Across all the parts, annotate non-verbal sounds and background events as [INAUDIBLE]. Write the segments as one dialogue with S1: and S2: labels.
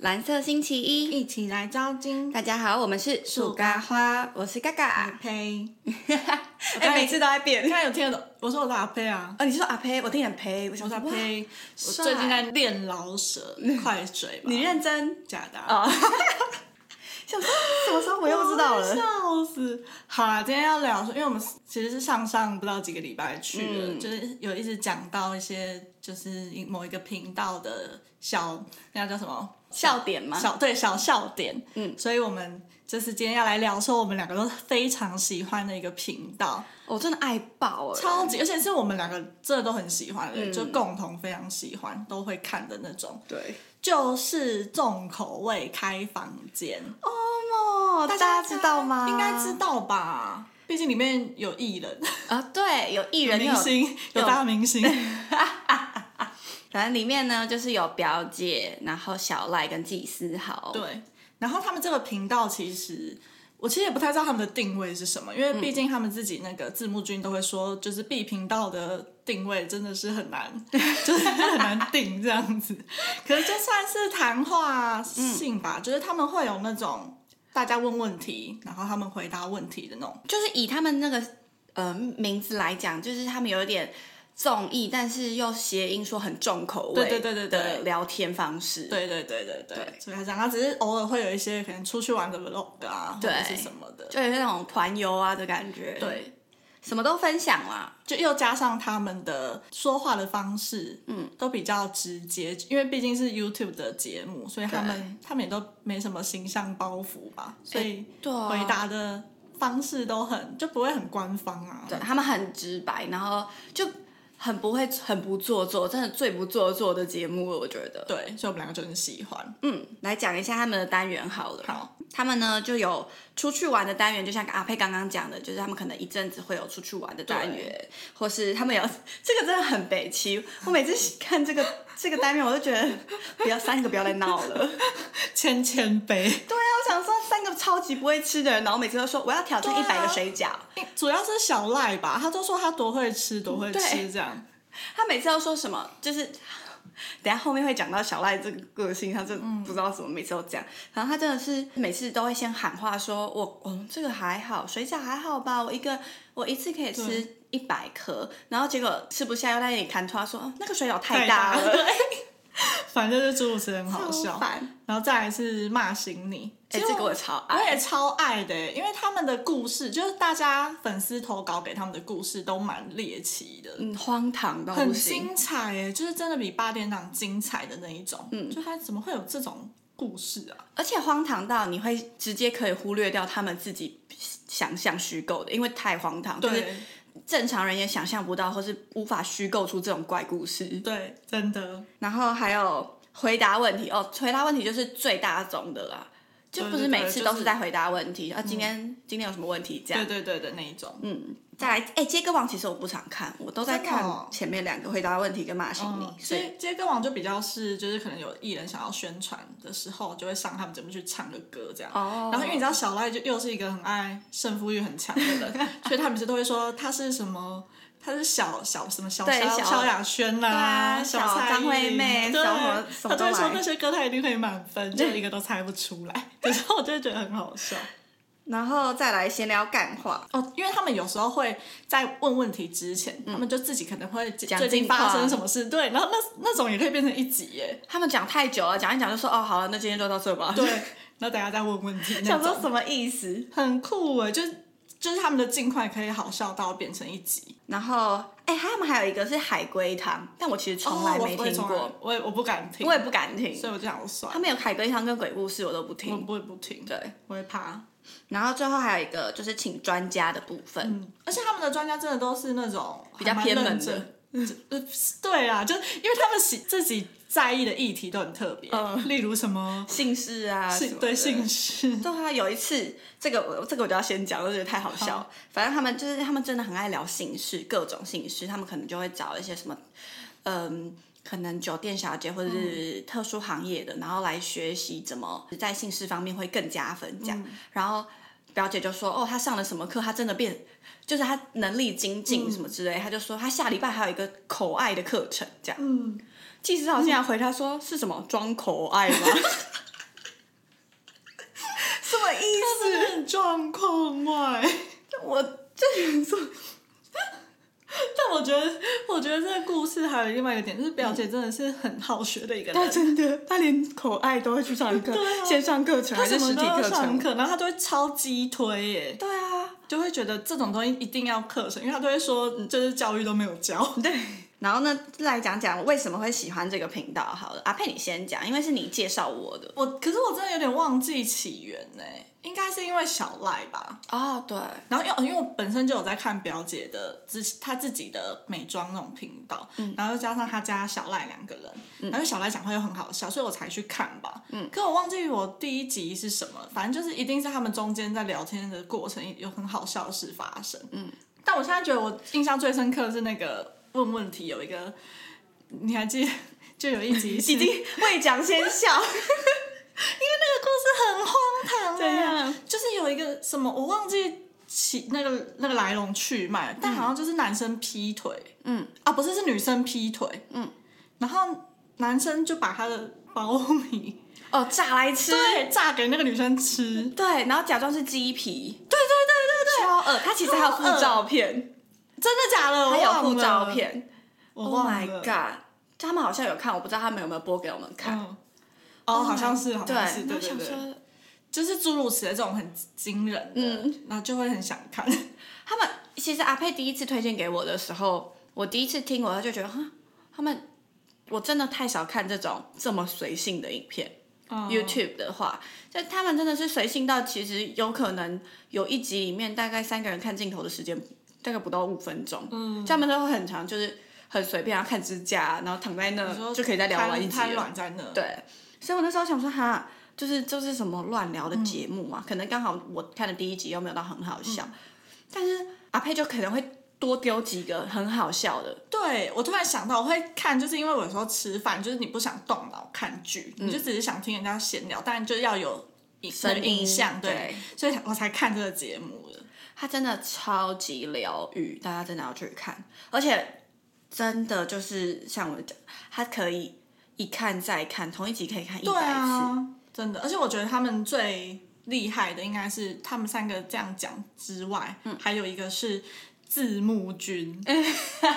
S1: 蓝色星期一，
S2: 一起来招金。
S1: 大家好，我们是
S2: 树咖
S1: 花，我是嘎
S2: 阿
S1: 嘎。
S2: 呸！
S1: 嗯哎、每次都在变
S2: 你。看有听得懂？我说我是阿呸啊，
S1: 哦，你是说阿呸？我听你呸，我想
S2: 我是阿
S1: 说呸。
S2: 呸。我最近在练老舍快嘴吧。
S1: 你认真？
S2: 假的啊？
S1: [LAUGHS] 哦，想说什么时候我又不知道
S2: 我
S1: 了？
S2: 笑死！好啦，今天要聊说，因为我们其实是上上不知道几个礼拜去了，
S1: 嗯
S2: 就是有一直讲到一些就是某一个频道的小那叫什么
S1: 笑点吗？
S2: 小对小笑点，
S1: 嗯
S2: 所以我们就是今天要来聊说我们两个都非常喜欢的一个频道，
S1: 我真的爱爆了。
S2: 超级，而且是我们两个真的都很喜欢的，
S1: 嗯
S2: 就共同非常喜欢，都会看的那种，
S1: 对。
S2: 就是重口味开房间，
S1: 哦，大家知道吗？
S2: 应该知道吧？毕竟里面有艺人、
S1: 啊，对，有艺人
S2: 明
S1: 有，
S2: 星、有
S1: 有
S2: 大明星，
S1: 反正里面呢就是有表姐，然后小赖跟纪思豪。，
S2: 对。然后他们这个频道其实。我其实也不太知道他们的定位是什么，因为毕竟他们自己那个字幕君都会说，就是 B 频道的定位真的是很 [LAUGHS] 难，就是很难定这样子。可是就算是谈话性吧，就是他们会有那种大家问问题，然后他们回答问题的那种，
S1: 就是以他们那个呃名字来讲，就是他们有一点综艺，但是又谐音说很重口味，
S2: 对对对对对
S1: 的聊天方式。，
S2: 对对对对对，
S1: 对
S2: 所以他讲，他只是偶尔会有一些可能出去玩的 vlog 啊，或
S1: 对
S2: 者是什么的，
S1: 就有那种团游啊的感觉。，
S2: 对，
S1: 什么都分享啦。
S2: 就又加上他们的说话的方式，嗯，都比较直接，因为毕竟是 YouTube 的节目，所以他们他们也都没什么形象包袱吧，所以
S1: 对啊
S2: 回答的方式都很就不会很官方啊，
S1: 对他们很直白，然后就很不会、很不做作，真的最不做作的节目了，我觉得。
S2: 对，所以我们两个就很喜欢， [LAUGHS]
S1: 嗯，来讲一下他们的单元好了。
S2: 好，
S1: 他们呢就有出去玩的单元，就像阿佩刚刚讲的，就是他们可能一阵子会有出去玩的单元，或是他们有这个真的很北齐。我每次看这个 [LAUGHS] 这个单元，我就觉得不要三个不要再闹了。对
S2: 千千杯。
S1: 啊，我想说三个超级不会吃的人，然后每次都说我要挑战
S2: 对
S1: 一
S2: 啊
S1: 百个水饺，
S2: 主要是小赖吧，他都说他多会吃，多会
S1: 对
S2: 吃这样。
S1: 他每次都说什么就是。等一下后面会讲到小赖这个个性，他真
S2: 嗯
S1: 的不知道怎么每次都这样。然后他真的是每次都会先喊话说：“我我、这个还好，水饺还好吧？我一个我一次可以吃一百颗。”然后结果吃不下，又在那里谈吐，他说、哦：“那个水饺太大了。
S2: [LAUGHS] 太大反正就是诸如此类很好
S1: 超
S2: 笑
S1: 烦。
S2: 然后再来是骂醒你，
S1: 哎
S2: 其实
S1: 这个我超爱
S2: 我也超爱的欸耶，因为他们的故事就是大家粉丝投稿给他们的故事都蛮猎奇的。
S1: 嗯，荒唐到不
S2: 很
S1: 行。
S2: 精彩耶，就是真的比八点档精彩的那一种。嗯，就他怎么会有这种故事啊？
S1: 而且荒唐到你会直接可以忽略掉他们自己想象虚构的，因为太荒唐，就是
S2: 对
S1: 正常人也想象不到，或是无法虚构出这种怪故事。
S2: 对，真的
S1: 然后还有回答问题哦，回答问题就是最大宗的啦，就不是每次都是在回答问题。啊，今天今天有什么问题这样
S2: 嗯对？对对的那一种。嗯，
S1: 嗯，再来，哎，接歌王其实我不常看，我都在
S2: 真的
S1: 看
S2: 哦
S1: 前面两个回答问题跟骂醒你，所以
S2: 接接歌王就比较是，就是可能有艺人想要宣传的时候，就会上他们节目去唱个歌这样。
S1: 哦
S2: 然后因为你知道小赖就又是一个很爱胜负欲很强的
S1: [LAUGHS]
S2: 人，所以他每次都会说他是什么。他是小小什么小
S1: 对
S2: 萧
S1: 小
S2: 萧亚轩呐、
S1: 啊
S2: 小
S1: 小
S2: 蔡
S1: 张
S2: 依
S1: 惠
S2: 林
S1: 妹
S2: 对啊
S1: 小什么什么
S2: 他就会
S1: 都
S2: 说
S1: 来
S2: 那些歌他一定会满分，就一个都猜不出来。可是我就会觉得很好笑
S1: 然后再来闲聊干话，
S2: 哦，因为他们有时候会在问问题之前，他们就自己可能会
S1: 嗯讲
S2: 最近
S1: 近况
S2: 发生什么事，对，然后那那种也可以变成一集耶，
S1: 他们讲太久了，讲一讲就说哦好了，那今天就到这吧。
S2: 对，，然后大家再问问题那
S1: [LAUGHS] 想
S2: 种，
S1: 说什么意思？
S2: 很酷哎，就是就是他们的尽快可以好笑到变成一集，
S1: 然后哎，他们还有一个是海龟汤，但我其实从来
S2: 哦我
S1: 没
S2: 我也
S1: 听
S2: 从来
S1: 过，
S2: 我也我不敢听，
S1: 我也不敢听
S2: 所。以我就想算
S1: 他
S2: 了，
S1: 们有海龟汤跟鬼故事，我都不听
S2: 我。不会不听，
S1: 对，
S2: 我会怕。
S1: 然后最后还有一个就是请专家的部分，
S2: 嗯，而且他们的专家真的都是那种
S1: 比较
S2: 还蛮
S1: 偏门
S2: 认
S1: 的
S2: 真。嗯呃 [LAUGHS] 对啊，就是因为他们喜自己在意的议题都很特别，
S1: 嗯
S2: 例如什么
S1: 姓氏啊，什
S2: 性
S1: 么
S2: 对
S1: 的
S2: 性事，
S1: 对啊，有一次，这个我这个我就要先讲，我觉得太好笑了。反正他们就是他们真的很爱聊姓氏，各种姓氏，他们可能就会找一些什么，嗯，可能酒店小姐或者是特殊行业的，然后来学习怎么在姓氏方面会更加分这样。然后表姐就说：“哦，她上了什么课？她真的变，就是她能力精进什么之类。她就说她下礼拜还有一个口爱
S2: [LAUGHS]
S1: 的课程这样。
S2: 嗯，
S1: 技师好像还回他说、是什么装口爱吗？ [LAUGHS]
S2: 状况外。
S1: 我这人做
S2: 但我觉得，我觉得这个故事还有另外一个点，就是表姐
S1: 嗯
S2: 真的是很好学的一个人，
S1: 他真的，他连口爱都会去上课，线上课程
S2: 她
S1: 还
S2: 什
S1: 啊是
S2: 么
S1: 实
S2: 都
S1: 体
S2: 要
S1: 课
S2: 上
S1: 程？
S2: 课，然后她都会超级推耶，
S1: 对啊，
S2: 就会觉得这种东西一定要课程，因为她都会说，嗯就是教育都没有教。
S1: 对。然后呢，来讲讲为什么会喜欢这个频道好了。阿佩，你先讲，因为是你介绍我的。
S2: 我可是我真的有点忘记起源呢，应该是因为小赖吧。
S1: 哦，对，
S2: 然后因为因为我本身就有在看表姐的自她自己的美妆那种频道，然后又加上她家小赖两个人，然后小赖讲话又很好笑，所以我才去看吧。嗯，可我忘记我第一集是什么，反正就是一定是他们中间在聊天的过程有很好笑的事发生。嗯，但我现在觉得我印象最深刻的是那个问问题有一个，你还记得？就有一 [LAUGHS] 集是
S1: 已经未讲先笑。
S2: 那个故事很荒唐、啊，
S1: 怎样？
S2: 就是有一个什么，我忘记起那个那个来龙去脉，但好像就是男生劈腿，
S1: [LAUGHS] 嗯
S2: 啊，不是是女生劈腿，
S1: 嗯，
S2: 然后男生就把他的苞米
S1: 哦，炸来吃。
S2: 对炸给那个女生吃，
S1: 对，然后假装是鸡皮，
S2: 对对
S1: 超恶。他其实还有附照片，
S2: 对对对，真的假的？
S1: 还有
S2: 我忘
S1: 附
S2: 了
S1: 照，片。
S2: 我
S1: Oh
S2: 忘
S1: my
S2: 了
S1: god！他们好像有看，我不知道他们有没有播给我们看。
S2: 嗯哦，好像是，好
S1: Oh 对，
S2: 像是，
S1: 然
S2: 对
S1: 后
S2: 对
S1: 想
S2: 对，
S1: 说
S2: 就是诸如此类这种很惊人的，
S1: 嗯，
S2: 然后就会很想看，
S1: 他们其实阿佩第一次推荐给我的时候，我第一次听我就觉得哈，他们我真的太少看这种这么随性的影片。
S2: [LAUGHS] 嗯
S1: YouTube 的话，就他们真的是随性到，其实有可能有一集里面大概三个人看镜头的时间大概不到五分钟，嗯，他们都很长，就是很随便，然后看指甲，然后躺在
S2: 你
S1: 那
S2: 说
S1: 就可以再聊完一集
S2: 瘫
S1: 了。
S2: 软在那，
S1: 对，所以我那时候想说，哈，就是就是什么乱聊的节目啊，可能刚好我看的第一集又没有到很好笑，但是阿佩就可能会多丢几个很好笑的，
S2: 对，我突然想到，我会看，就是因为我有时候吃饭，就是你不想动脑看剧，你就只是想听人家闲聊，但就要有影那个
S1: 嗯声音
S2: 影像，对
S1: 对，
S2: 所以我才看这个节目的。
S1: 它真的超级疗愈，大家真的要去看，而且真的就是像我讲，它可以一看再看，同一集可以看一
S2: 对
S1: 百次。
S2: 啊，真的，而且我觉得他们最厉害的应该是他们三个这样讲之外，
S1: 嗯
S2: 还有一个是字
S1: [LAUGHS]
S2: 幕君，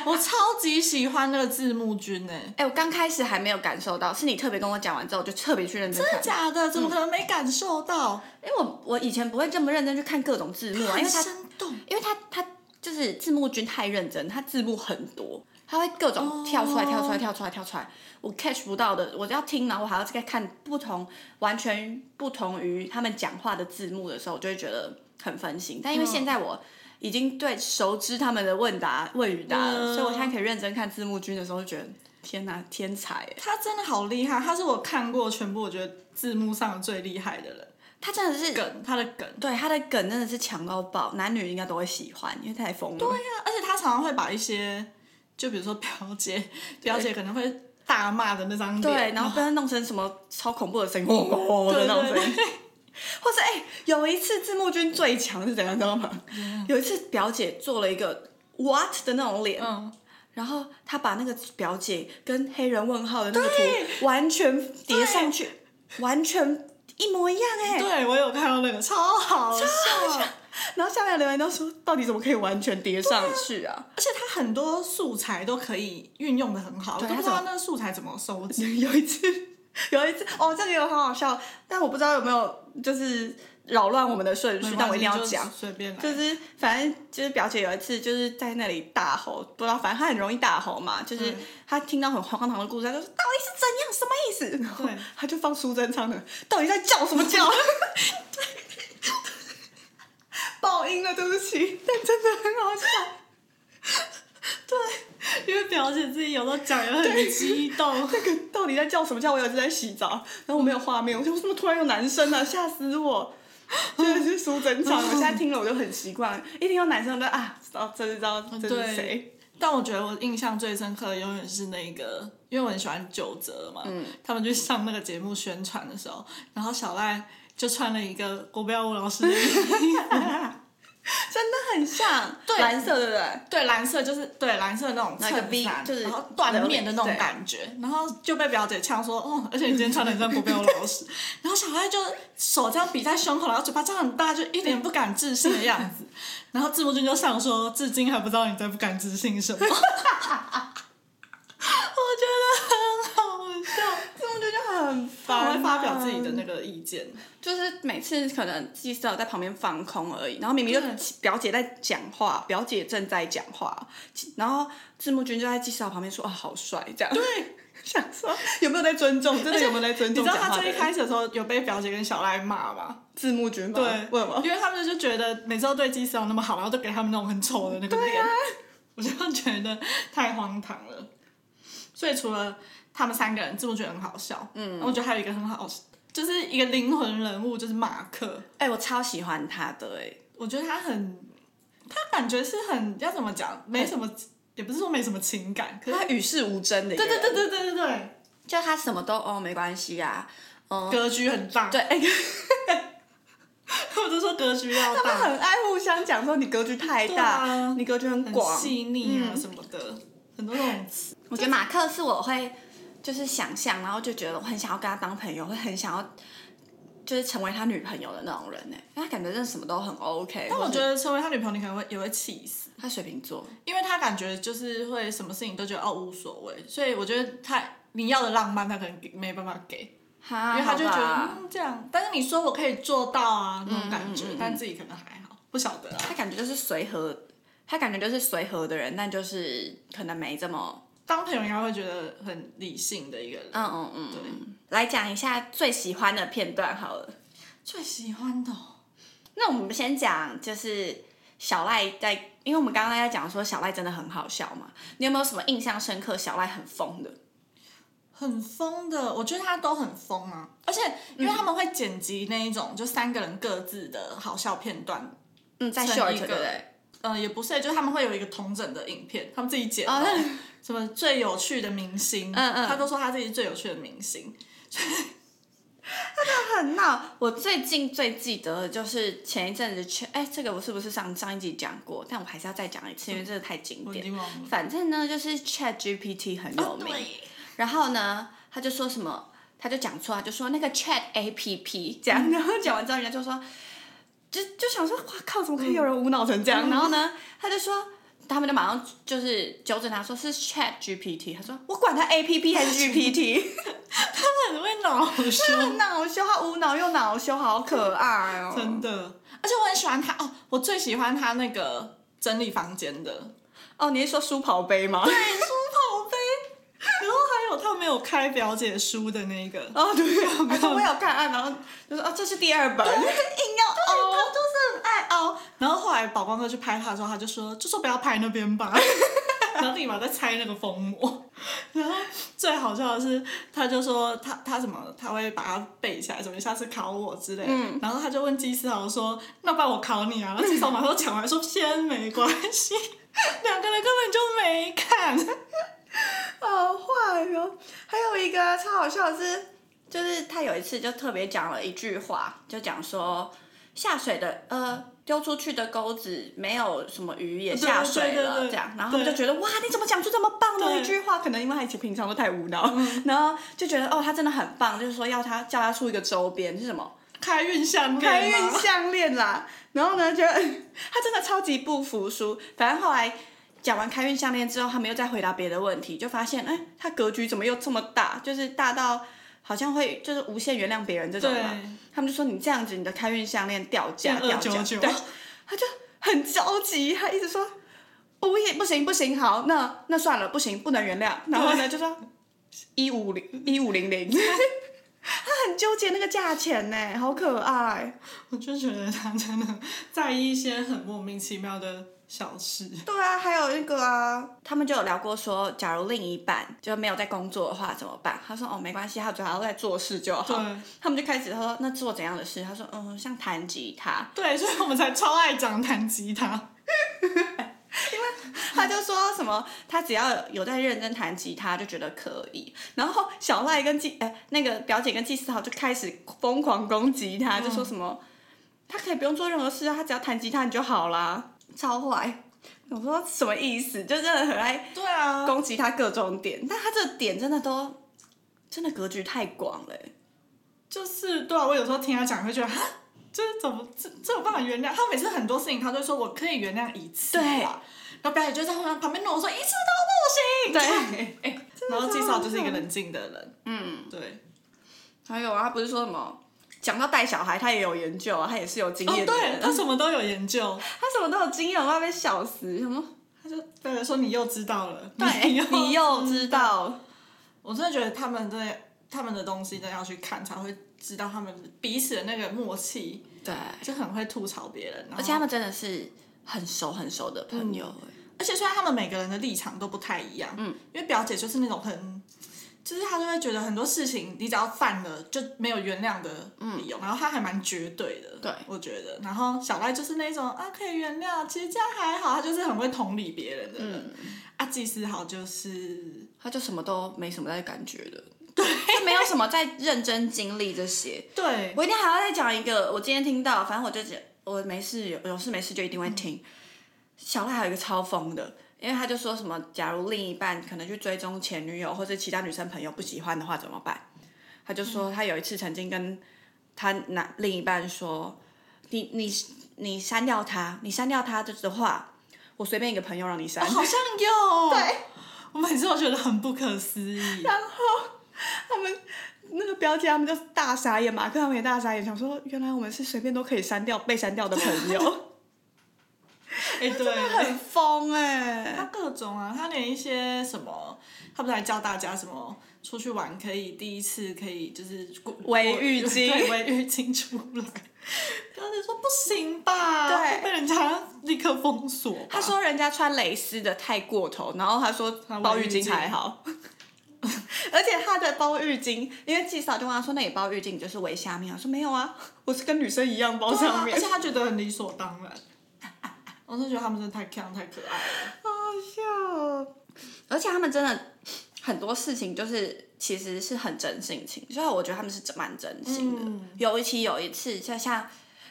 S2: 我超级喜欢那个字幕君哎、
S1: 哎、我刚开始还没有感受到，是你特别跟我讲完之后，我就特别去认真
S2: 真
S1: 看
S2: 的。假的？怎么可能没感受到？
S1: 因为我我以前不会这么认真去看各种字幕啊，因
S2: 很
S1: 为它
S2: 生动。
S1: 因为他他就是字幕君太认真，他字幕很多，他会各种跳出来、
S2: 哦
S1: 跳出来、跳出来、跳出来，我 catch 不到的，我要听，然后我还要再看不同、完全不同于他们讲话的字幕的时候，我就会觉得很分心。但因为现在我已经对熟知他们的问答、问与答了，
S2: 嗯
S1: 所以我现在可以认真看字幕君的时候，就觉得天哪，天才耶！
S2: 他真的好厉害，他是我看过全部我觉得字幕上最厉害的人。
S1: 他真的是
S2: 梗，他的梗，对
S1: 对他的梗真的是强到爆，男女应该都会喜欢，因为太疯了。对
S2: 呀、而且他常常会把一些，就比如说表
S1: [LAUGHS]
S2: 姐，表姐可能会大骂的那张脸，
S1: 对，然后被他弄成什么超恐怖的声音，哦哦哦的
S2: 对
S1: 那种
S2: 对
S1: 声音。或是哎、有一次字幕君最强是怎样，你知道吗？
S2: 嗯
S1: 有一次表姐做了一个 what 的那种脸，
S2: 嗯，
S1: 然后她把那个表姐跟黑人问号的那个图
S2: 对
S1: 完全叠上去，完全一模一样哎、
S2: 对我有看到那个超好笑，
S1: 然后下面的留言都说，到底怎么可以完全叠上去啊？
S2: 而且他很多素材都可以运用的很好，我
S1: 对
S2: 都不知
S1: 他
S2: 道
S1: 怎么
S2: 那个素材怎么收
S1: [LAUGHS]
S2: 集。
S1: 有一次，有一次，哦，这个也很好笑，但我不知道有没有就是扰乱我们的顺序，但我一定要
S2: 没关系
S1: 讲
S2: 就。随便来。
S1: 就是反正就是表姐有一次就是在那里大吼，不知道反正她很容易大吼嘛，就是
S2: 嗯
S1: 她听到很荒唐的故事，她就说到底是怎样，什么意思？然后
S2: 对
S1: 她就放苏贞昌的，到底在叫什么叫？ [LAUGHS] 爆音了，对不起，但真的很好笑。
S2: 因为表姐自己有时候讲也很激动，
S1: 那个到底在叫什么叫？我有一次在洗澡，然后我没有画面，我就说怎么突然有男生啊，吓死我！ [LAUGHS] 真的是苏贞昌，我现在听了我就很习惯，一听到男生我就啊，知道这是知道这是
S2: 对
S1: 谁。
S2: 但我觉得我印象最深刻的永远是那个，因为我很喜欢九泽嘛，他们去上那个节目宣传的时候，然后小赖就穿了一个国标舞老师的衣服，
S1: 真的很像，蓝色对不对？
S2: 对，蓝色就是对蓝色那种
S1: 那
S2: 衬
S1: 个 V，
S2: 衫，
S1: 就是
S2: 然后缎面的那种感觉，然后就被表姐呛说，哦，而且你今天穿的很像不被我老师，然后小孩就手这样比在胸口，然后嘴巴张很大，就一脸不敢置信的样子，然后字幕君就上说，至今还不知道你在不敢置信什么，我 [LAUGHS] 觉得很好笑，
S1: 这么就就很
S2: 他
S1: 烦，
S2: 会发表自己的那个意见，
S1: 就是每次可能记者在旁边放空而已，然后明明就表姐在讲话，表姐正在讲话，然后字幕君就在记者旁边说啊好帅这样，对， [LAUGHS] 想说有没有在尊重，真的有没有在尊
S2: 你知
S1: 重
S2: 道
S1: 讲
S2: 他
S1: 话的人？
S2: 最一开始的时候有被表姐跟小赖骂吗？
S1: 字幕君吗？
S2: 对，
S1: 为什么？
S2: 因为他们就觉得每次都对基斯隆那么好，然后都给他们那种很丑的那个
S1: 啊
S2: 脸，我就觉得太荒唐了。所以除了他们三个人，字幕觉得很好笑，嗯，我觉得还有一个很好，就是一个灵魂人物，就是马克。
S1: 哎、我超喜欢他的哎、
S2: 我觉得他很，他感觉是很要怎么讲，没什么，
S1: 哎
S2: 也不是说没什么情感，可是
S1: 他与世无争的一个
S2: 对
S1: 人，
S2: 对对对对对对，
S1: 就他什么都哦没关系啊，嗯，
S2: 格局很大，
S1: 对，哎、
S2: 我就说格局要
S1: 他
S2: 大，
S1: 很爱互相讲说你格局太
S2: 对
S1: 大，
S2: 啊
S1: 你格局很
S2: 很
S1: 广，嗯
S2: 细腻啊什么的，很多那种词。
S1: 我觉得马克是我会就是想象，然后就觉得我很想要跟他当朋友，会很想要就是成为他女朋友的那种人呢。因为他感觉真的什么都很 OK。
S2: 但我觉
S1: 得
S2: 得成为他女朋友，你可能会也会气死，
S1: 他水瓶座，
S2: 因为他感觉就是会什么事情都觉得哦无所谓，所以我觉得他你要的浪漫他可能给没办法给，
S1: 哈，
S2: 因为他就觉
S1: 好
S2: 得
S1: 吧嗯
S2: 嗯这样，但是你说我可以做到啊那种感觉，但自己可能还好，不晓得啊。
S1: 他感觉就是随和，他感觉就是随和的人，但就是可能没这么
S2: 当朋友应该会觉得很理性的一个人。
S1: 嗯嗯嗯。嗯来讲一下最喜欢的片段好了。
S2: 最喜欢的哦、
S1: 那我们先讲就是小赖在，因为我们刚刚在讲说小赖真的很好笑嘛，你有没有什么印象深刻小赖很疯的？
S2: 很疯的，我觉得他都很疯啊，而且因
S1: 嗯
S2: 为他们会剪辑那一种，就三个人各自的好笑片段，
S1: 嗯，在
S2: 成
S1: short
S2: 一
S1: 对
S2: 个
S1: 不对？
S2: 呃，也不是，就是他们会有一个同整的影片，他们自己剪的、
S1: 哦
S2: 什么最有趣的明星，
S1: 嗯嗯
S2: 他都说他自己是最有趣的明星，
S1: [LAUGHS] 很闹。我最近最记得的就是前一阵子去，哎，这个我是不是上上一集讲过？但我还是要再讲一哦次，因为这个太经
S2: 嗯我已
S1: 典。
S2: 经忘了。
S1: 反正呢，就是 Chat GPT 很有名，
S2: 对
S1: 然后呢，他就说什么，他就讲错，他就说那个 Chat APP
S2: [LAUGHS]
S1: 这样，然后讲完之后，人家就说，就就想说，哇靠，怎么可以有人无脑成这样？
S2: 嗯
S1: 然后呢，他就说。他们就马上就是纠正他说是 Chat GPT，他说我管他 A P P 还是 GPT，
S2: 他很会恼羞，
S1: 恼羞，他无脑又恼羞，好可爱哦！
S2: 真的。而且我很喜欢他哦，我最喜欢他那个整理房间的，
S1: 哦，你是说书跑杯吗？
S2: 书跑杯，然后还有他没有开表姐书的那个，
S1: 哦，对，而且我有看啊，然后就说哦，这是第二本，硬要
S2: 对
S1: 哦，
S2: 他就是很爱熬。然后后来宝光哥去拍他的时候，他就说：“就说不要拍那
S1: [LAUGHS]
S2: 边吧。”然后立马在拆那个封膜。然后最好笑的是，他就说他他什么他会把它背起来，什么下次考我之类的。
S1: 嗯
S2: 然后他就问基斯豪说：“那不然我考你啊？”然后基斯豪马上抢完说：“先没关系。” [LAUGHS] 两个人根本就没看。 [LAUGHS]
S1: 好坏哦。还有一个超好笑的是，就是他有一次就特别讲了一句话，就讲说下水的呃。丢出去的钩子没有什么鱼也
S2: 对
S1: 下水
S2: 对对
S1: 了，
S2: 对
S1: 这样，然后他
S2: 对
S1: 们就觉得哇，你怎么讲出这么棒的
S2: 对
S1: 一句话？可能因为他以前平常都太无脑，然后就觉得哦，他真的很棒，就是说要他叫他出一个周边是什么？
S2: 开运项链吗，啊
S1: 开运项链啦。然后呢，就 [LAUGHS] 他真的超级不服输。反正后来讲完开运项链之后，他们又再回答别的问题，就发现，哎，他格局怎么又这么大？就是大到好像会就是无限原谅别人这种嘛
S2: 对。
S1: 他们就说你这样子，你的开运项链掉价，
S2: 变
S1: 掉
S2: 299
S1: 价。对，他就很着急，他一直说。不也不行不行，好，那那算了，不行，不能原谅。然后呢，就说一五零一五零零，[LAUGHS]
S2: [LAUGHS]
S1: 他很纠结那个价钱呢，好可爱。
S2: 我就觉得他真的在意一些很莫名其妙的小事。
S1: 对啊，还有那个啊，他们就有聊过说，假如另一半就没有在工作的话怎么办？他说哦，没关系，他只要在做事就好。
S2: 对。
S1: 他们就开始他说那做怎样的事？他说嗯，像弹吉他。
S2: 对，所以我们才超爱讲弹吉他。
S1: 他就说什么他只要有在认真弹吉他就觉得可以。然后小呃赖跟季哎、那个表姐跟季思豪就开始疯狂攻击他，就说什么。他可以不用做任何事啊，他只要弹吉他就好啦，超坏。我说什么意思？就真的很爱
S2: 对啊，
S1: 攻击他各种点，但他这点真的都真的格局太广了欸、
S2: 就是对啊，我有时候听他讲会觉得哈。就是怎么这这有办法原谅？他每次很多事情，他就说我可以原谅一次吧，
S1: 对
S2: 然后表姐就在旁旁边弄我说一次都不行，
S1: 对，
S2: 然后纪少就是一个冷静的人，
S1: 嗯，
S2: 对，
S1: 还有啊，他不是说什么讲到带小孩，他也有研究啊，他也是有经
S2: 哦
S1: 验的人、
S2: 对，他什么都有研究，
S1: 他什么都有经验，我快被笑死。什么？
S2: 他就对说你又知道了，
S1: 对，你
S2: [LAUGHS] 你
S1: 又知道，
S2: 我真的觉得他们的他们的东西真的要去看，才会知道他们彼此的那个默契，
S1: 对，
S2: 就很会吐槽别人。然后
S1: 而且他们真的是很熟很熟的朋友、欸
S2: 而且虽然他们每个人的立场都不太一样，嗯，因为表姐就是那种很，就是她就会觉得很多事情你只要犯了就没有原谅的理由，然后她还蛮绝对的，
S1: 嗯对
S2: 我觉得。然后小赖就是那种啊可以原谅，其实这样还好，她就是很会同理别人的人。
S1: 嗯
S2: 啊，季思豪就是
S1: 他就什么都没什么在感觉的，对，就没有什么在认真经历这些。
S2: 对，
S1: 我一定还要再讲一个，我今天听到，反正我就觉我没事有有事没事就一定会听。小赖还有一个超疯的，因为他就说什么，假如另一半可能去追踪前女友或者其他女生朋友不喜欢的话怎么办？他就说他有一次曾经跟他男另一半说，你你你删掉他，你删掉他的话，我随便一个朋友让你删。
S2: 好像有，对，我每次都觉得很不可
S1: [LAUGHS]
S2: 思议。
S1: [LAUGHS] 那个表姐他们就大傻眼，马克他们也大傻眼，想说原来我们是随便都可以删掉被删掉的朋友。
S2: 哎、对，
S1: 很疯哎、
S2: 他各种啊，他连一些什么，他不是还教大家什么出去玩可以第一次可以就是过
S1: 围浴巾
S2: 对，围浴巾出来。然后你说不行吧？
S1: 对
S2: 会被人家立刻封锁吧。
S1: 他说人家穿蕾丝的太过头，然后他说
S2: 他
S1: 包
S2: 包
S1: 浴
S2: 浴
S1: 巾
S2: 巾
S1: 还好。 [LAUGHS] 而且他的包浴巾，因为纪嫂就问他说：“那你包浴巾你就是围下面啊？”我说：“没有啊，我是跟女生一样包
S2: 对啊
S1: 上面。
S2: 而且他觉得很理所当然。 [LAUGHS] 我是觉得他们真的太 c 太可爱了。
S1: 好笑。而且他们真的很多事情就是其实是很真性情，所以我觉得他们是真蛮真心的。
S2: 嗯
S1: 尤其有一次，就像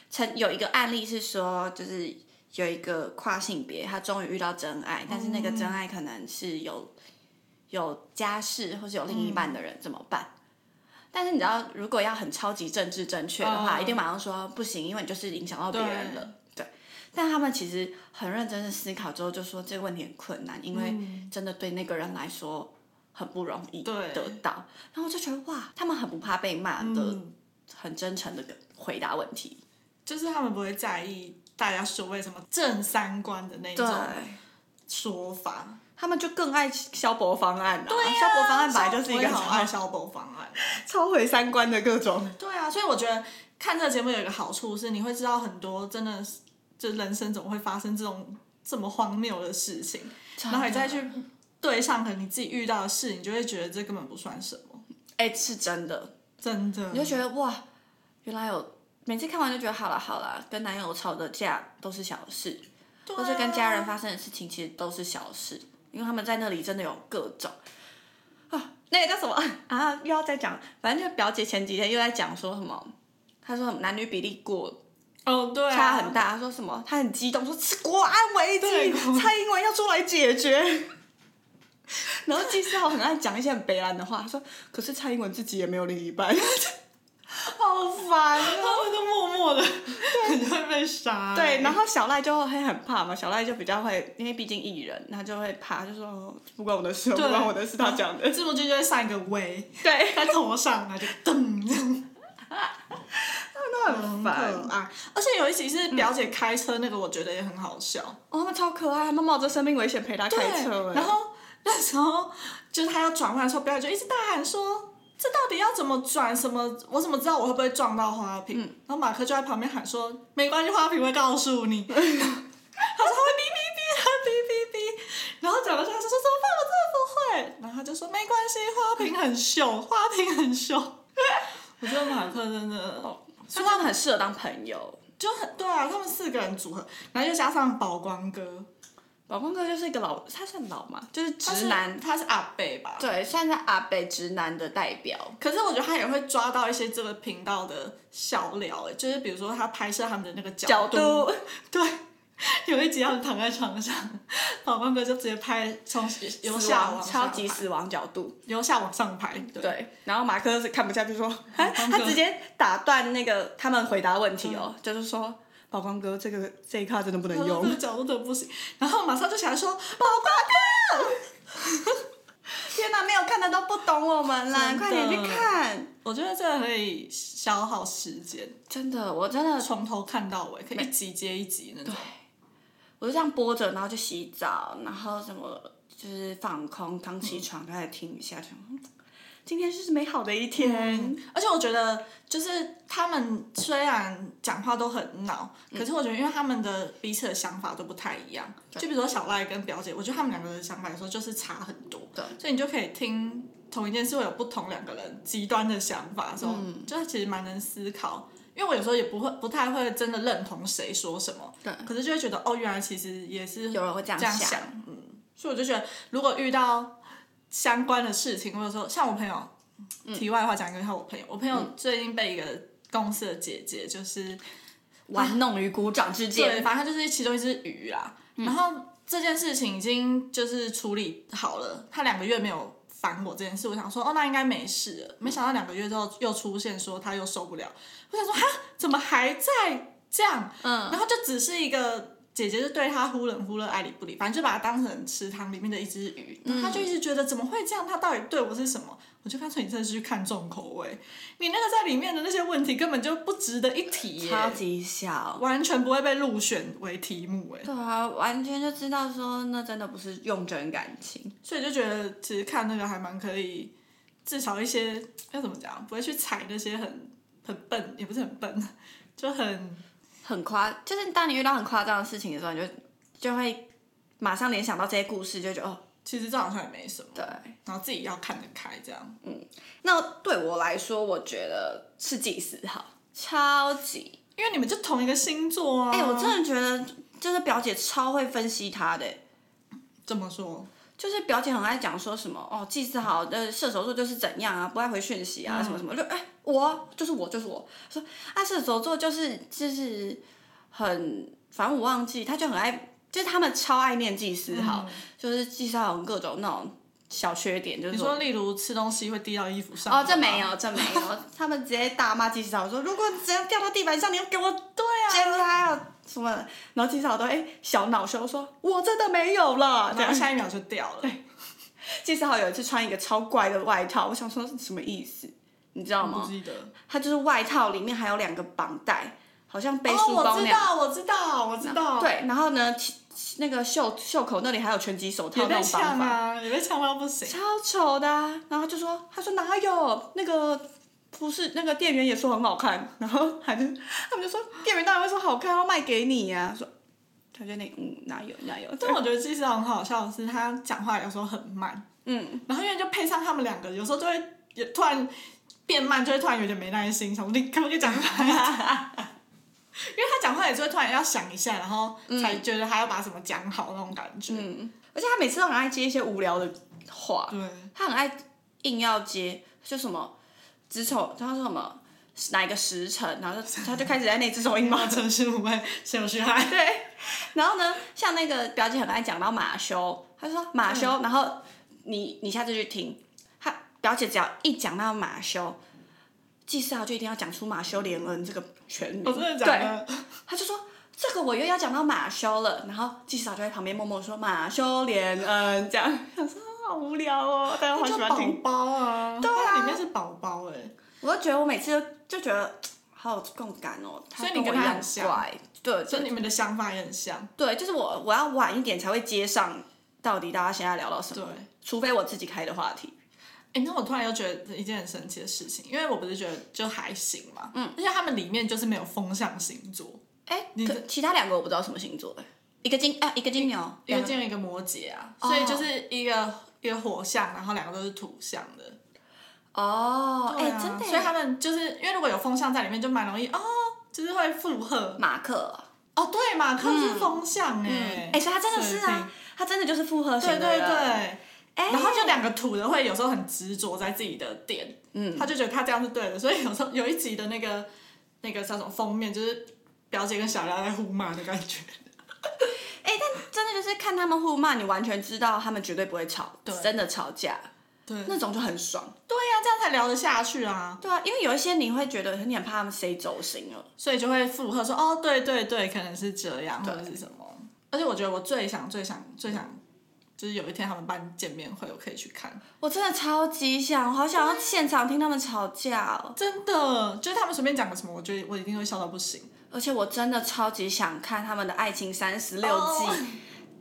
S1: 曾有一个案例是说，就是有一个跨性别，他终于遇到真爱，但是那个真爱可能是有有家室或是有另一半的人，怎么办？但是你知道，如果要很超级政治正确的话，
S2: 哦
S1: 一定马上说不行，因为你就是影响到别人了。对，但他们其实很认真的思考之后，就说这个问题很困难，因为真的对那个人来说很不容易
S2: 嗯对
S1: 得到。然后我就觉得哇，他们很不怕被骂的，
S2: 嗯
S1: 很真诚的回答问题。
S2: 就是他们不会在意大家所谓什么正三观的那种说法。
S1: 他们就更爱消薄方案啊！对消薄方案本来就是一个
S2: 我也好
S1: 超
S2: 爱消薄方案。
S1: 超毁三观的各种。
S2: 对啊，所以我觉得看这个节目有一个好处是，你会知道很多真的是，就人生怎么会发生这种这么荒谬的事情，然后你再去对上可能你自己遇到的事，你就会觉得这根本不算什么，
S1: 哎、是真的，
S2: 真的
S1: 你。就觉得哇，原来有每次看完就觉得好了好了，跟男友吵的架都是小事，
S2: 对啊
S1: 或是跟家人发生的事情其实都是小事，因为他们在那里真的有各种啊，那个叫什么 [LAUGHS] 啊，又要再讲，反正就表姐前几天又在讲说什么。她说什么男女比例过
S2: 哦，对、啊，
S1: 差很大，她说什么她很激动，说是国安危
S2: 对
S1: 机，蔡英文要出来解决。 [LAUGHS] 然后纪思豪很爱讲一些很北兰的话，她说可是蔡英文自己也没有另一
S2: [LAUGHS]
S1: 半，好烦哦。
S2: 他们都默 [LAUGHS] 默的，你就会被杀、
S1: 对，然
S2: 后
S1: 后小赖就会很怕嘛，小赖就比较会，因为毕竟艺人，他就会怕，就说哦不关我的事，不关我的事，他讲的。
S2: 字幕君就会上一个围
S1: [LAUGHS] 对，
S2: 在头上，啊然后就噔这样。
S1: 他们都很烦。哦
S2: 可爱，而且有一集是表姐开车，那个我觉得也很好笑。
S1: 哦，他们超可爱，他们冒着生命危险陪他开车
S2: 对
S1: 哎。
S2: 然后那时候就是他要转弯的时候，表姐就一直大喊说：“这到底要怎么转？什么？我怎么知道我会不会撞到花
S1: 嗯
S2: 瓶？”然后马克就在旁边喊说：“没关系，花瓶会告诉你。” [LAUGHS] 他说：“他会哔哔哔，他哔哔哔。”然后讲到他就说：“怎么办？我真的不会。”然后他就说：“没关系，花瓶很秀，花瓶很秀。”
S1: [LAUGHS]
S2: 我觉得马克真的。
S1: 所以他们很适合当朋友。
S2: 就很对啊，他们四个人组合，然后又加上宝光哥，
S1: 老公哥就是一个老，他算老嘛，就是
S2: 他
S1: 直
S2: 是
S1: 男，
S2: 他是阿贝吧？
S1: 对，算是阿北直男的代表。
S2: 可是我觉得他也会抓到一些这个频道的小聊，欸就是比如说他拍摄他们的那个角度，对。 [LAUGHS] 有一集他们躺在床上，老公哥就直接拍从由
S1: 死
S2: 下
S1: 亡
S2: 往
S1: 超
S2: 上
S1: 级
S2: 拍
S1: 死亡角度，
S2: 由下往上拍，对，
S1: 对。然后马克是看不下去说，他
S2: 光
S1: 他
S2: 哥
S1: 直接打断那个他们回答问题哦，就是说宝光哥这个这一卡真的不能
S2: 然后
S1: 用
S2: 这个，角度都不行，然后马上就起来说哦宝
S1: 天哪，没有看的都不懂我们啦，
S2: 真的
S1: 快点去看。
S2: 我觉得这个可以消耗时间，
S1: 真的，我真的，
S2: 从头看到尾，可以一集接一集那种。
S1: 我就这样播着，然后就洗澡，然后什么就是放空，刚起
S2: 嗯
S1: 床开始听一下，就嗯今天是美好的一天。
S2: 而且我觉得，就是他们虽然讲话都很闹，可是我觉得，因为他们的彼此的想法都不太一样。就比如说小赖跟表姐，我觉得他们两个的想法有时候就是差很多。
S1: 对，
S2: 所以你就可以听同一件事会有不同两个人极端的想法，这种、就是其实蛮能思考。因为我有时候也不会不太会真的认同谁说什么，
S1: 对
S2: 可是就会觉得哦，原来其实也是
S1: 有人会这样
S2: 这样
S1: 想
S2: 想，嗯，所以我就觉得如果遇到相关的事情，或者说像我朋友，
S1: 嗯
S2: 题外话讲一下我朋友，我朋友最近被一个公司的姐姐就是
S1: 玩弄于股掌之间，嗯
S2: 对，反正它就是其中一只鱼啦。然后这件事情已经就是处理好了，他两个月没有烦我这件事，我想说哦，那应该没事了。没想到两个月之后又出现说他又受不了，我想说哈，怎么还在这样？嗯，然后就只是一个。姐姐就对他忽冷忽热、爱理不理，反正就把他当成池塘里面的一只鱼。
S1: 嗯
S2: 然后他就一直觉得怎么会这样？他到底对我是什么？我就干脆你真的是去看重口味，你那个在里面的那些问题根本就不值得一提耶。
S1: 超级小。
S2: 完全不会被入选为题目哎，
S1: 对啊，完全就知道说那真的不是用真感情，
S2: 所以就觉得其实看那个还蛮可以，至少一些要怎么讲，不会去踩那些很很笨，也不是很笨， [LAUGHS] 就很
S1: 很夸，就是当你遇到很夸张的事情的时候，你就就会马上联想到这些故事，就觉得哦，
S2: 其实这好像也没什么，
S1: 对。
S2: 然后自己要看得开这样。
S1: 那对我来说，我觉得是自己思好，超级。
S2: 因为你们就同一个星座啊！
S1: 哎、我真的觉得就是表姐超会分析他的、欸
S2: 怎么说？
S1: 就是表姐很爱讲说什么哦，祭祀好的射手座就是怎样啊，不爱回讯息啊，什么什么，就哎、我就是我就是我说啊，射手座就是就是很，反正我忘记，他就很爱，就是他们超爱念祭司好，就是祭司好有各种那种小缺点，就是
S2: 你说，例如吃东西会滴到衣服上
S1: 哦，这没
S2: 吗
S1: 有，这没有，他们直接大骂祭司好说，如果只要掉到地板上，你要给我对啊，捡起来啊什么的，然后祭司好都哎小恼羞说，我真的没有了，这
S2: 然
S1: 样
S2: 后下一秒就掉了。
S1: 记事好有一次穿一个超怪的外套，我想说是什么意思，你知道
S2: 不
S1: 吗？
S2: 记得
S1: 它就是外套里面还有两个绑带，好像背
S2: 哦，
S1: 书包
S2: 我
S1: 那
S2: 知
S1: 样。
S2: 道，我知道，我知道，，
S1: 对，然后呢，其其那个袖袖口那里还有拳击手套
S2: 也
S1: 那
S2: 被
S1: 种绑
S2: 呛
S1: 法，
S2: 啊，也被呛到不行。
S1: 超丑的啊、然后他就说，他说哪有那个。不是那个店员也说很好看，然后还就他们就说店员当然会说好看，要卖给你呀、说他就那嗯哪有哪有，
S2: [LAUGHS] 但我觉得技师很好笑的是，他讲话有时候很慢，
S1: 嗯
S2: 然后因为就配上他们两个，有时候就会也突然变慢，就会突然有点没耐心，想说你赶快就讲快一点。 [LAUGHS] 因为他讲话也是会突然要想一下，然后才觉得他要把什么讲好那种感觉。
S1: 嗯，而且他每次都很爱接一些无聊的话，
S2: 对，
S1: 他很爱硬要接，就什么子丑，他说什么哪一个时辰，然后就他就开始在那里子丑寅卯。
S2: 然后真是不会先有 [LAUGHS] 去害。
S1: 对，然后呢，像那个表姐很爱讲到马修，她
S2: 嗯
S1: 就说马修，然后你你下次去听，她表姐只要一讲到马修。记事啊，就一定要讲出马修连恩这个全名。
S2: 我哦真的假
S1: 对，
S2: 的？
S1: 他就说这个我又要讲到马修了，然后记事啊就在旁边默默说马修连恩这样， [LAUGHS] 想说好无聊哦，大家好喜
S2: 就
S1: 欢
S2: 宝
S1: 听。
S2: 宝啊，对
S1: 啊
S2: 里面是宝宝哎，
S1: 我就觉得我每次就就觉得好有共感哦，
S2: 所以你
S1: 跟我
S2: 跟
S1: 一
S2: 他
S1: 样
S2: 很像
S1: 怪，对，
S2: 所以
S1: 对
S2: 你们的想法也很像。
S1: 对，就是我我要晚一点才会接上，到底大家现在聊到什
S2: 对
S1: 么？，除非我自己开的话题，
S2: 哎、那我突然又觉得一件很神奇的事情，因为我不是觉得就还行嘛，嗯，而且他们里面就是没有风象星座，
S1: 哎，
S2: 你
S1: 可其他两个我不知道什么星座哎，一个金啊一个金牛，
S2: 一个
S1: 两个
S2: 金牛一个摩羯啊，
S1: 哦
S2: 所以就是一个一个火象，然后两个都是土象的，
S1: 哦，哎
S2: 对啊
S1: 真的耶，
S2: 所以他们就是因为如果有风象在里面，就蛮容易哦，就是会附和，
S1: 马克哦
S2: 哦，对嘛，克是风象哎、
S1: 哎，所以他真的是
S2: 水瓶
S1: 啊，他真的就是复合型
S2: 对
S1: 的
S2: 对哎
S1: 人啊
S2: 对。然后就两个土的会有时候很执着在自己的点，嗯，他就觉得他这样是对的，所以有时候有一集的那个那个叫什么封面，就是表姐跟小廖在互骂的感 [LAUGHS] 觉，
S1: 真的就是看他们互骂，你完全知道他们绝对不会吵，真的吵架，
S2: 对
S1: 那种就很爽。
S2: 对呀、啊这样才聊得下去啊，
S1: 对啊，因为有一些你会觉得你很怕他们 say 走心了，
S2: 所以就会附和说哦，对对对，可能是这样或者是什么。而且我觉得我最想最想最想，就是有一天他们办见面会，我可以去看，
S1: 我真的超级想，我好想要现场听他们吵架哦。
S2: 真的，就是他们随便讲个什么，我觉得我一定会笑到不行。
S1: 而且我真的超级想看他们的《爱情三十六计
S2: 哦》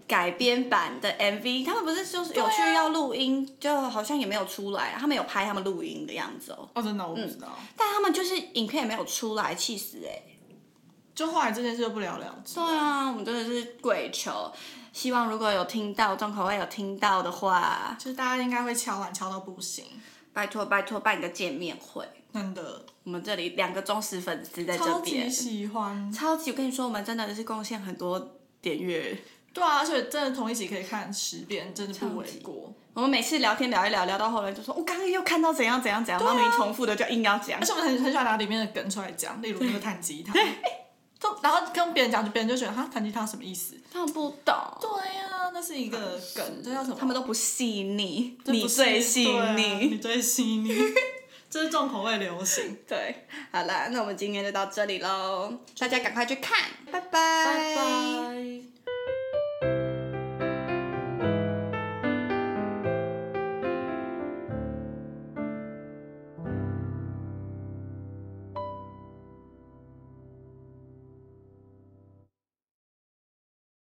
S1: 改编版的 MV，他们不是就是有去要录音，就好像也没有出来，他们有拍他们录音的样子哦，
S2: 哦，真的，我不知道。
S1: 但他们就是影片也没有出来，气死哎、
S2: 就后来这件事就不了了之。
S1: 对啊，我们真的是跪求，希望如果有听到重口味有听到的话，
S2: 就是大家应该会敲碗敲到不行，
S1: 拜托拜托办个见面会，
S2: 真的
S1: 我们这里两个忠实粉丝在这
S2: 超级
S1: 边，
S2: 喜欢。
S1: 超级我跟你说，我们真的是贡献很多点阅。
S2: 对啊，而且真的同一集可以看十遍，真的不为过。
S1: 我们每次聊天聊一聊，聊到后来就说，我、哦刚刚又看到怎样怎样怎样，
S2: 啊
S1: 然后明明重复的就硬要讲
S2: 而。且我们很很喜欢拿里面的梗出来讲，例如那个弹吉他，就然后跟别人讲，就别人就觉得哈弹吉他什么意思？
S1: 他们不懂，
S2: 对呀、那是一个梗，这叫什么？
S1: 他们都不细腻，
S2: 这
S1: 你
S2: 不是
S1: 最细
S2: 对啊
S1: 腻。
S2: 你最细 [LAUGHS] 腻，这是重口味流行。
S1: 对，好啦，那我们今天就到这里喽，大家赶快去看，拜拜
S2: 拜拜。